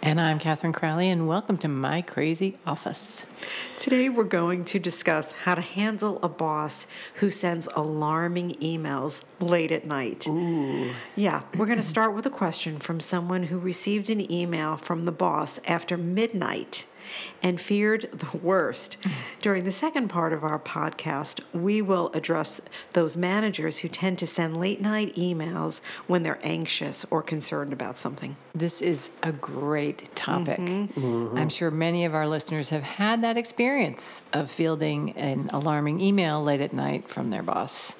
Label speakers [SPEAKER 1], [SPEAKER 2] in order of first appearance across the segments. [SPEAKER 1] And I'm Catherine Crowley, and welcome to my crazy office.
[SPEAKER 2] Today we're going to discuss how to handle a boss who sends alarming emails late at night. Yeah, we're going to start with a question from someone who received an email from the boss after midnight and feared the worst. During the second part of our podcast, we will address those managers who tend to send late night emails when they're anxious or concerned about something.
[SPEAKER 1] This is a great topic. I'm sure many of our listeners have had that experience of fielding an alarming email late at night from their boss.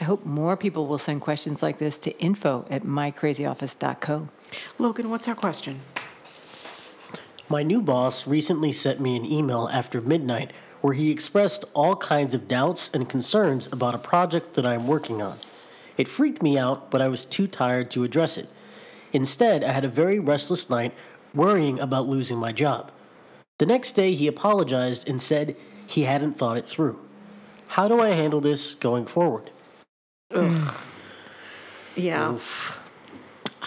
[SPEAKER 1] I hope more people will send questions like this to info at mycrazyoffice.co.
[SPEAKER 2] Logan, what's our question?
[SPEAKER 3] My new boss recently sent me an email after midnight where he expressed all kinds of doubts and concerns about a project that I am working on. It freaked me out, but I was too tired to address it. Instead, I had a very restless night worrying about losing my job. The next day, he apologized and said he hadn't thought it through. How do I handle this going forward?
[SPEAKER 2] Yeah.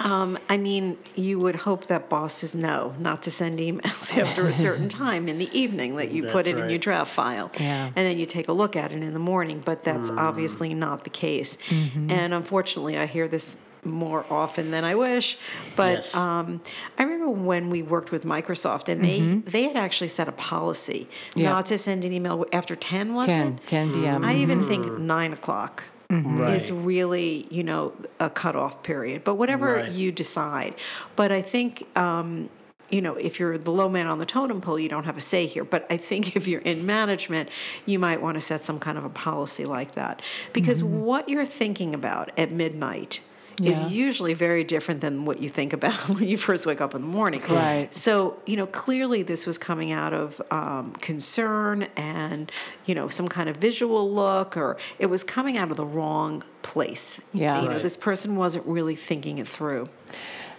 [SPEAKER 2] Um, I mean, you would hope that bosses know not to send emails after a certain time in the evening that you put
[SPEAKER 3] That's
[SPEAKER 2] it in your
[SPEAKER 3] right.
[SPEAKER 2] draft file.
[SPEAKER 1] Yeah.
[SPEAKER 2] And then you take a look at it in the morning, but that's
[SPEAKER 3] Hmm.
[SPEAKER 2] obviously not the case.
[SPEAKER 3] Mm-hmm.
[SPEAKER 2] And unfortunately, I hear this more often than I wish. But
[SPEAKER 3] Yes.
[SPEAKER 2] um, I remember when we worked with Microsoft and
[SPEAKER 3] Mm-hmm.
[SPEAKER 2] they, they had actually set a policy
[SPEAKER 1] Yeah.
[SPEAKER 2] not to send an email after 10, was
[SPEAKER 1] 10,
[SPEAKER 2] it?
[SPEAKER 1] 10 p.m.
[SPEAKER 2] I even think
[SPEAKER 3] Mm-hmm.
[SPEAKER 2] nine o'clock Mm-hmm. is
[SPEAKER 3] Right.
[SPEAKER 2] really, you know, a cutoff period. But whatever
[SPEAKER 3] Right.
[SPEAKER 2] you decide. But I think, um, you know, if you're the low man on the totem pole, you don't have a say here. But I think if you're in management, you might want to set some kind of a policy like that. Because
[SPEAKER 3] Mm-hmm.
[SPEAKER 2] what you're thinking about at midnight
[SPEAKER 1] Yeah.
[SPEAKER 2] is usually very different than what you think about when you first wake up in the morning.
[SPEAKER 1] Right.
[SPEAKER 2] So, you know, clearly this was coming out of um, concern and, you know, some kind of visual look, or it was coming out of the wrong place.
[SPEAKER 1] Yeah.
[SPEAKER 2] You know,
[SPEAKER 1] Right.
[SPEAKER 2] this person wasn't really thinking it through.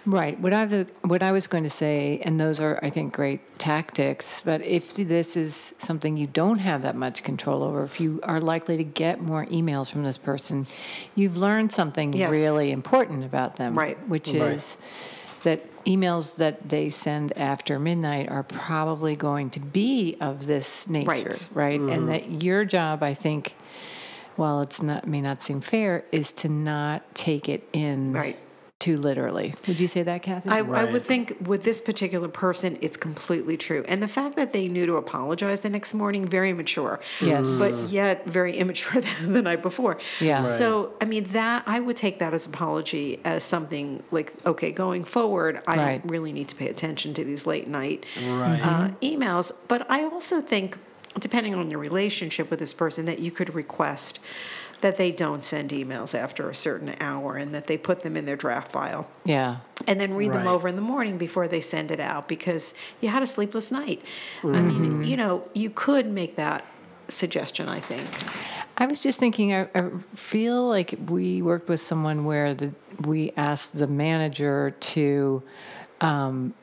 [SPEAKER 1] Right. What I what I was going to say, and those are I think great tactics. But if this is something you don't have that much control over, if you are likely to get more emails from this person, you've learned something
[SPEAKER 2] Yes.
[SPEAKER 1] really important about them,
[SPEAKER 2] Right.
[SPEAKER 1] Which
[SPEAKER 3] Right.
[SPEAKER 1] is that emails that they send after midnight are probably going to be of this nature,
[SPEAKER 2] Right.
[SPEAKER 1] right? And that your job, I think, while it's not may not seem fair, is to not take it in
[SPEAKER 2] Right.
[SPEAKER 1] too literally. Would you say that, Kathy?
[SPEAKER 2] I, I
[SPEAKER 3] Right.
[SPEAKER 2] would think with this particular person, it's completely true. And the fact that they knew to apologize the next morning, very mature.
[SPEAKER 1] Yes.
[SPEAKER 2] But yet very immature than the night before.
[SPEAKER 1] Yeah. Right.
[SPEAKER 2] So, I mean, that, I would take that as apology as something like, okay, going forward, I
[SPEAKER 1] Right.
[SPEAKER 2] really need to pay attention to these late night
[SPEAKER 3] Right.
[SPEAKER 2] uh,
[SPEAKER 1] Mm-hmm.
[SPEAKER 2] emails. But I also think, depending on your relationship with this person, that you could request that they don't send emails after a certain hour and that they put them in their draft file
[SPEAKER 1] yeah.
[SPEAKER 2] and then read them
[SPEAKER 3] Right.
[SPEAKER 2] over in the morning before they send it out because you had a sleepless night. I
[SPEAKER 3] Mm-hmm.
[SPEAKER 2] mean, you know, you could make that suggestion, I think.
[SPEAKER 1] I was just thinking. I, I feel like we worked with someone where the we asked the manager to um,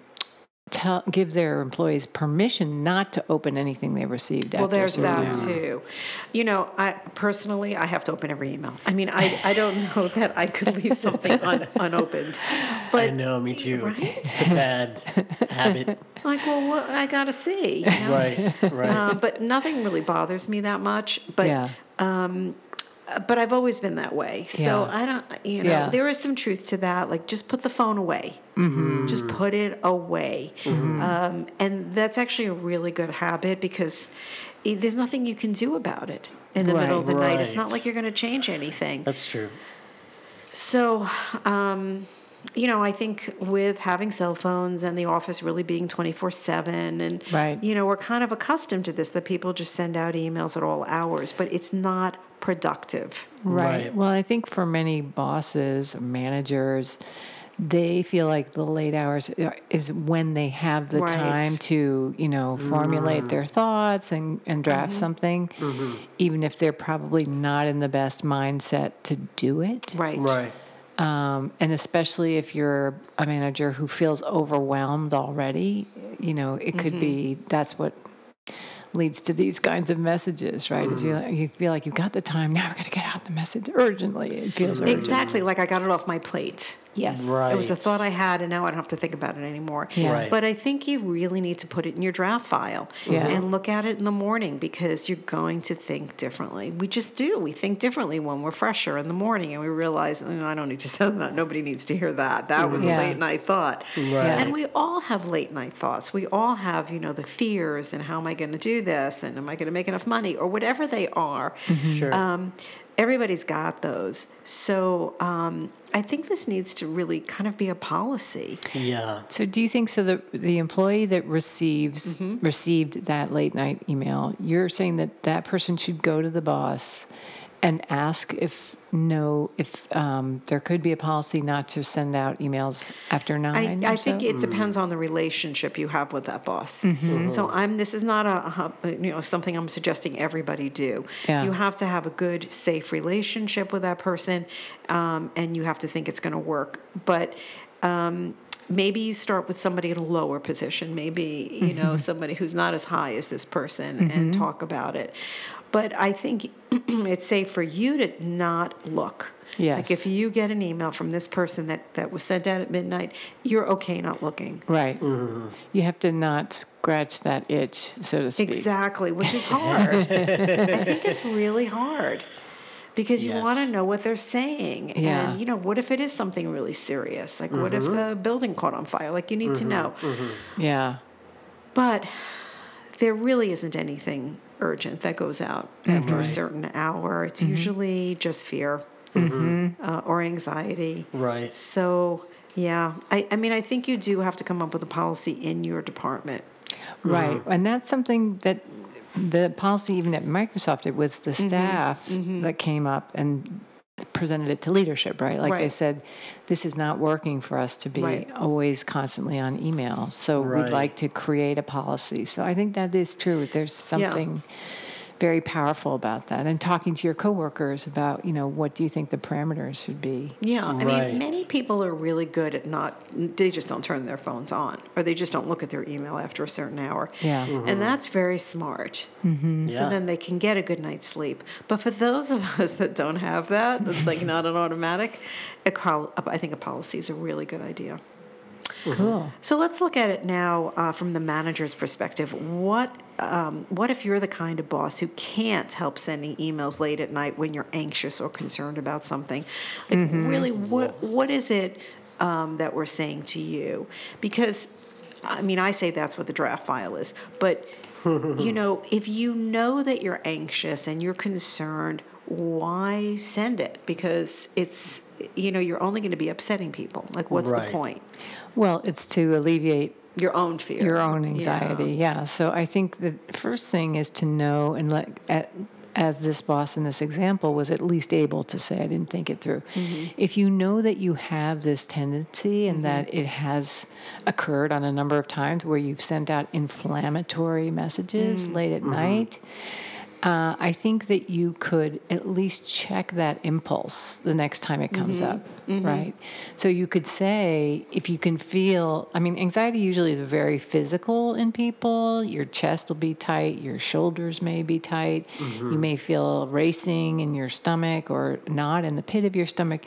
[SPEAKER 1] tell give their employees permission not to open anything they received.
[SPEAKER 2] Well,
[SPEAKER 1] after a
[SPEAKER 2] there's
[SPEAKER 1] certain
[SPEAKER 2] that
[SPEAKER 1] hour.
[SPEAKER 2] too. You know, I personally, I have to open every email. I mean, I, I don't know that I could leave something un, unopened.
[SPEAKER 3] I
[SPEAKER 2] But
[SPEAKER 3] know, me too.
[SPEAKER 2] Right?
[SPEAKER 3] It's a bad habit.
[SPEAKER 2] Like, well, what, I got to see. You know?
[SPEAKER 3] Right, right.
[SPEAKER 2] um, but nothing really bothers me that much. But
[SPEAKER 1] Yeah.
[SPEAKER 2] um, uh, but I've always been that way. So
[SPEAKER 1] Yeah.
[SPEAKER 2] I don't, you know,
[SPEAKER 1] Yeah.
[SPEAKER 2] there is some truth to that. Like, just put the phone away.
[SPEAKER 1] Mm-hmm.
[SPEAKER 2] Just put it away. Um, and that's actually a really good habit because i there's nothing you can do about it in the middle of
[SPEAKER 1] Right.
[SPEAKER 2] the night. It's not
[SPEAKER 3] Right.
[SPEAKER 2] like you're going to change anything.
[SPEAKER 3] That's true.
[SPEAKER 2] So, um, you know, I think with having cell phones and the office really being 24 7, and,
[SPEAKER 1] Right.
[SPEAKER 2] you know, we're kind of accustomed to this that people just send out emails at all hours, but it's not productive.
[SPEAKER 1] Right.
[SPEAKER 3] Right.
[SPEAKER 1] Well, I think for many bosses, managers, they feel like the late hours is when they have the
[SPEAKER 2] Right.
[SPEAKER 1] time to, you know, formulate their thoughts and, and draft something, even if they're probably not in the best mindset to do it.
[SPEAKER 2] Right.
[SPEAKER 3] Right.
[SPEAKER 1] Um, and especially if you're a manager who feels overwhelmed already, you know, it could be that's what leads to these kinds of messages, right? Is you, you feel like you've got the time now, we've got to get out the message urgently. It feels urgent.
[SPEAKER 2] Exactly. Like I got it off my plate.
[SPEAKER 1] Yes.
[SPEAKER 3] Right.
[SPEAKER 2] It was a thought I had, and now I don't have to think about it anymore.
[SPEAKER 1] Yeah.
[SPEAKER 3] Right.
[SPEAKER 2] But I think you really need to put it in your draft file
[SPEAKER 1] Yeah.
[SPEAKER 2] and look at it in the morning because you're going to think differently. We just do. We think differently when we're fresher in the morning and we realize, "Mm, I don't need to send that. Nobody needs to hear that. That was a
[SPEAKER 1] Yeah.
[SPEAKER 2] late night thought.
[SPEAKER 3] Right.
[SPEAKER 2] And we all have late night thoughts. We all have, you know, the fears and how am I going to do this and am I going to make enough money or whatever they are.
[SPEAKER 1] Mm-hmm.
[SPEAKER 3] Sure.
[SPEAKER 2] Um, everybody's got those. So um, I think this needs to really kind of be a policy.
[SPEAKER 3] yeah.
[SPEAKER 1] So do you think so the the employee that receives received that late night email, you're saying that that person should go to the boss and ask if no if um, there could be a policy not to send out emails after
[SPEAKER 2] I,
[SPEAKER 1] nine.
[SPEAKER 2] I
[SPEAKER 1] or
[SPEAKER 2] think
[SPEAKER 1] so?
[SPEAKER 2] it depends on the relationship you have with that boss.
[SPEAKER 1] Mm-hmm.
[SPEAKER 2] So I'm. This is not a, a you know something I'm suggesting everybody do.
[SPEAKER 1] Yeah.
[SPEAKER 2] You have to have a good, safe relationship with that person, um, and you have to think it's going to work. But um, maybe you start with somebody at a lower position. Maybe you know somebody who's not as high as this person, and talk about it. But I think it's safe for you to not look.
[SPEAKER 1] Yes.
[SPEAKER 2] Like if you get an email from this person that, that was sent out at midnight, you're okay not looking.
[SPEAKER 1] right. You have to not scratch that itch, so to speak.
[SPEAKER 2] Exactly, which is hard. I think it's really hard because you want
[SPEAKER 3] Yes.
[SPEAKER 2] to know what they're saying.
[SPEAKER 1] Yeah. Mm-hmm.
[SPEAKER 2] And, you know, what if it is something really serious? Like, what if the building caught on fire? Like, you need to know.
[SPEAKER 1] Yeah.
[SPEAKER 2] But there really isn't anything urgent that goes out
[SPEAKER 1] Mm-hmm.
[SPEAKER 2] after a certain hour. It's usually just fear
[SPEAKER 1] Mm-hmm.
[SPEAKER 2] uh, or anxiety.
[SPEAKER 3] Right.
[SPEAKER 2] So, yeah, I, I mean, I think you do have to come up with a policy in your department.
[SPEAKER 1] Right. And that's something that the policy, even at Microsoft, it was the
[SPEAKER 2] Mm-hmm.
[SPEAKER 1] staff that came up and presented it to leadership, right? Like they
[SPEAKER 2] Right.
[SPEAKER 1] said, this is not working for us to be
[SPEAKER 2] Right.
[SPEAKER 1] always constantly on email. So
[SPEAKER 3] Right.
[SPEAKER 1] we'd like to create a policy. So I think that is true. There's something. Very powerful about that, and talking to your coworkers about, you know, what do you think the parameters should be?
[SPEAKER 2] Yeah, I
[SPEAKER 3] Right.
[SPEAKER 2] mean, many people are really good at not, they just don't turn their phones on or they just don't look at their email after a certain hour.
[SPEAKER 1] Yeah. Mhm.
[SPEAKER 2] And that's very smart.
[SPEAKER 3] Yeah.
[SPEAKER 2] So then they can get a good night's sleep. But for those of us that don't have that, it's like not an automatic, a col- I think a policy is a really good idea.
[SPEAKER 1] Cool.
[SPEAKER 2] So let's look at it now uh, from the manager's perspective. What um, what if you're the kind of boss who can't help sending emails late at night when you're anxious or concerned about something? Like really, what what is it um, that we're saying to you? Because I mean, I say that's what the draft file is, but you know, if you know that you're anxious and you're concerned, why send it? Because it's you know you're only going to be upsetting people. Like, what's
[SPEAKER 3] Right.
[SPEAKER 2] the point?
[SPEAKER 1] Well, it's to alleviate
[SPEAKER 2] your own fear
[SPEAKER 1] your own
[SPEAKER 2] Yeah.
[SPEAKER 1] anxiety. Yeah. So I think the first thing is to know and like at, as this boss in this example was at least able to say, I didn't think it through. If you know that you have this tendency and that it has occurred on a number of times where you've sent out inflammatory messages late at night, uh, I think that you could at least check that impulse the next time it comes up, right? So you could say, if you can feel, I mean, anxiety usually is very physical in people. Your chest will be tight, your shoulders may be tight, you may feel racing in your stomach or not in the pit of your stomach.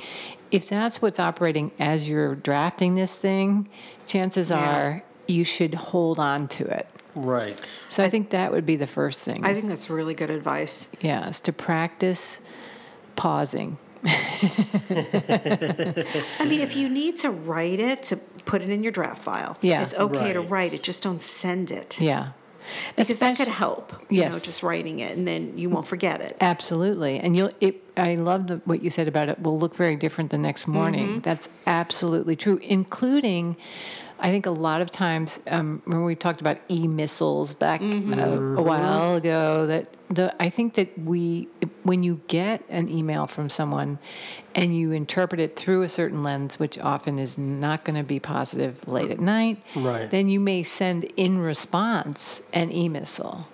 [SPEAKER 1] If that's what's operating as you're drafting this thing, chances are you should hold on to it.
[SPEAKER 3] Right.
[SPEAKER 1] So I think that would be the first thing.
[SPEAKER 2] i
[SPEAKER 1] is
[SPEAKER 2] think that's really good advice
[SPEAKER 1] yeah, is to practice pausing.
[SPEAKER 2] i mean if you need to write it to put it in your draft file
[SPEAKER 1] Yeah.
[SPEAKER 2] it's okay to
[SPEAKER 3] Right.
[SPEAKER 2] write it just don't send it
[SPEAKER 1] Yeah.
[SPEAKER 2] because that could
[SPEAKER 1] Especially-
[SPEAKER 2] help you know,
[SPEAKER 1] Yes.
[SPEAKER 2] just writing it and then you won't forget it
[SPEAKER 1] Absolutely. And you'll it I love the, what you said about it will look very different the next morning. That's absolutely true, including I think a lot of times um, when we talked about e-missiles back uh, a while ago that the I think that we when you get an email from someone and you interpret it through a certain lens, which often is not going to be positive late at night,
[SPEAKER 3] Right.
[SPEAKER 1] then you may send in response an e-missile.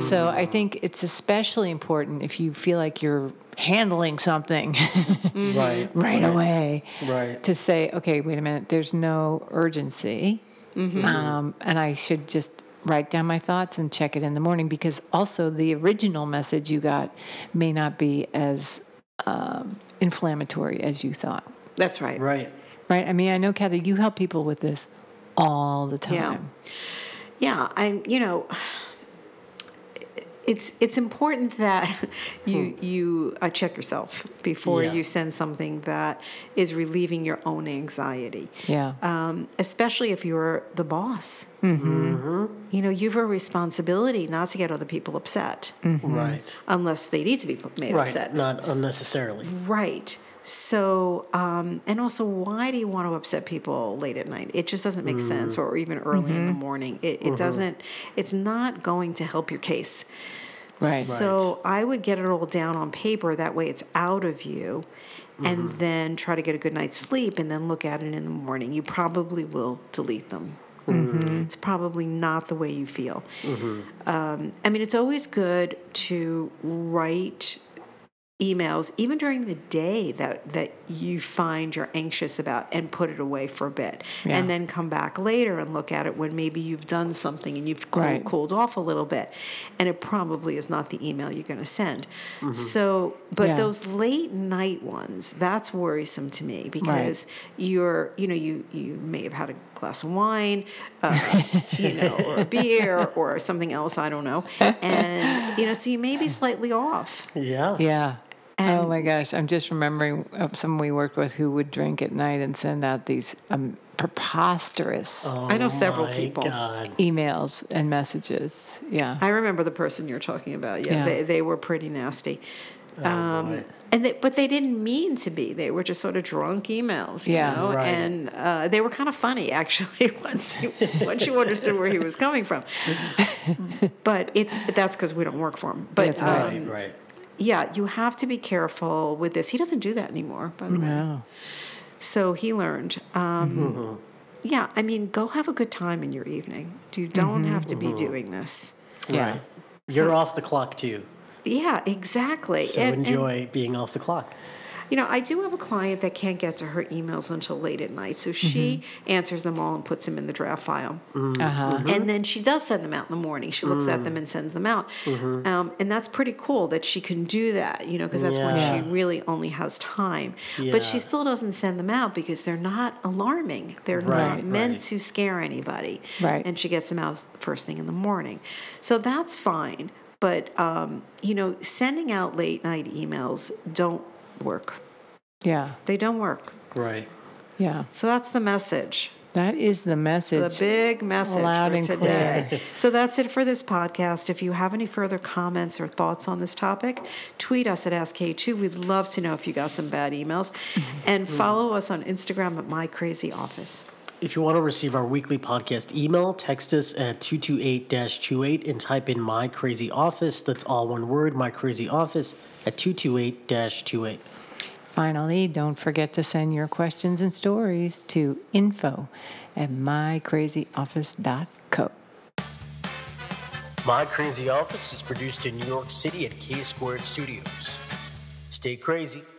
[SPEAKER 1] So I think it's especially important if you feel like you're handling something
[SPEAKER 2] Mm-hmm.
[SPEAKER 3] Right.
[SPEAKER 1] right away
[SPEAKER 3] Right.
[SPEAKER 1] to say okay wait a minute there's no urgency um, and i should just write down my thoughts and check it in the morning because also the original message you got may not be as um, inflammatory as you thought
[SPEAKER 2] That's right.
[SPEAKER 3] Right.
[SPEAKER 1] right i mean i know kathy you help people with this all the
[SPEAKER 2] Yeah.
[SPEAKER 1] time
[SPEAKER 2] Yeah, I'm, you know, it's it's important that you you uh, check yourself before
[SPEAKER 3] Yeah.
[SPEAKER 2] you send something that is relieving your own anxiety.
[SPEAKER 1] yeah
[SPEAKER 2] Um, especially if you're the boss.
[SPEAKER 3] Mm-hmm.
[SPEAKER 2] You know, you have a responsibility not to get other people upset
[SPEAKER 3] Right.
[SPEAKER 2] unless they need to be made
[SPEAKER 3] Right.
[SPEAKER 2] Mm-hmm. upset. mm-hmm.
[SPEAKER 3] Not unnecessarily.
[SPEAKER 2] Right. So, um, and also, why do you want to upset people late at night? It just doesn't make
[SPEAKER 1] Mm-hmm.
[SPEAKER 2] sense, or even early in the morning. It, it doesn't, it's not going to help your case.
[SPEAKER 1] Right.
[SPEAKER 2] So, I would get it all down on paper. That way, it's out of you. And
[SPEAKER 1] Mm-hmm.
[SPEAKER 2] then try to get a good night's sleep and then look at it in the morning. You probably will delete them.
[SPEAKER 1] Mm-hmm.
[SPEAKER 2] It's probably not the way you feel. Um, I mean, it's always good to write emails even during the day that that you find you're anxious about and put it away for a bit
[SPEAKER 1] Yeah.
[SPEAKER 2] and then come back later and look at it when maybe you've done something and you've cool,
[SPEAKER 1] Right.
[SPEAKER 2] cooled off a little bit and it probably is not the email you're going to send so but
[SPEAKER 1] Mm-hmm. Yeah.
[SPEAKER 2] those late night ones that's worrisome to me because you're you know you you may have had a glass of wine uh, you know or a beer or something else i don't know and you know so you may be slightly off
[SPEAKER 3] Yeah.
[SPEAKER 1] Yeah. oh
[SPEAKER 2] And-
[SPEAKER 1] my gosh, I'm just remembering uh, someone we worked with who would drink at night and send out these um, preposterous
[SPEAKER 2] I know several
[SPEAKER 3] Oh My
[SPEAKER 2] people.
[SPEAKER 3] God.
[SPEAKER 1] emails and messages. Yeah.
[SPEAKER 2] I remember the person you're talking about. Yeah,
[SPEAKER 1] Yeah.
[SPEAKER 2] They, they were pretty nasty.
[SPEAKER 3] boy.
[SPEAKER 2] um, and they, but they didn't mean to be. They were just sort of drunk emails, you
[SPEAKER 1] Yeah.
[SPEAKER 2] know.
[SPEAKER 3] Right.
[SPEAKER 2] And uh, they were kind of funny, actually. Once you, once you understood where he was coming from, but it's that's because we don't work for him. But
[SPEAKER 1] That's right.
[SPEAKER 2] um,
[SPEAKER 3] right. Right.
[SPEAKER 2] yeah, you have to be careful with this. He doesn't do that anymore, by the way.
[SPEAKER 1] Wow.
[SPEAKER 2] So he learned. Um, Yeah, I mean, go have a good time in your evening. You don't
[SPEAKER 3] Mm-hmm.
[SPEAKER 2] have to be doing this.
[SPEAKER 1] Yeah.
[SPEAKER 3] Right. You're off the clock too.
[SPEAKER 2] Yeah, exactly.
[SPEAKER 3] So
[SPEAKER 2] And- and,
[SPEAKER 3] enjoy being off the clock.
[SPEAKER 2] you know, I do have a client that can't get to her emails until late at night, so she
[SPEAKER 3] Mm-hmm.
[SPEAKER 2] answers them all and puts them in the draft file.
[SPEAKER 1] Uh-huh.
[SPEAKER 2] And then she does send them out in the morning. She looks at
[SPEAKER 3] Mm.
[SPEAKER 2] them and sends them out.
[SPEAKER 3] Mm-hmm.
[SPEAKER 2] Um, and that's pretty cool that she can do that, you know, because that's when
[SPEAKER 3] Yeah.
[SPEAKER 2] she really only has time. But she
[SPEAKER 3] Yeah.
[SPEAKER 2] still doesn't send them out because they're not alarming. They're
[SPEAKER 3] Right,
[SPEAKER 2] not meant
[SPEAKER 3] right.
[SPEAKER 2] to scare anybody.
[SPEAKER 1] Right.
[SPEAKER 2] And she gets them out first thing in the morning. So that's fine. But, um, you know, sending out late night emails don't work.
[SPEAKER 1] Yeah.
[SPEAKER 2] They don't work.
[SPEAKER 3] Right.
[SPEAKER 1] Yeah.
[SPEAKER 2] So that's the message.
[SPEAKER 1] That is the
[SPEAKER 2] The
[SPEAKER 1] message.
[SPEAKER 2] big message
[SPEAKER 1] loud
[SPEAKER 2] for
[SPEAKER 1] and
[SPEAKER 2] today.
[SPEAKER 1] clear.
[SPEAKER 2] So that's it for this podcast. If you have any further comments or thoughts on this topic, tweet us at AskK2. We'd love to know if you got some bad emails. And
[SPEAKER 1] Mm-hmm.
[SPEAKER 2] follow us on Instagram at My Crazy Office.
[SPEAKER 3] If you want to receive our weekly podcast email, text us at 228-28 and type in my crazy office. That's all one word, my crazy office at 228-28.
[SPEAKER 1] Finally, don't forget to send your questions and stories to info at mycrazyoffice.co.
[SPEAKER 3] My Crazy Office is produced in New York City at K Squared Studios. Stay crazy.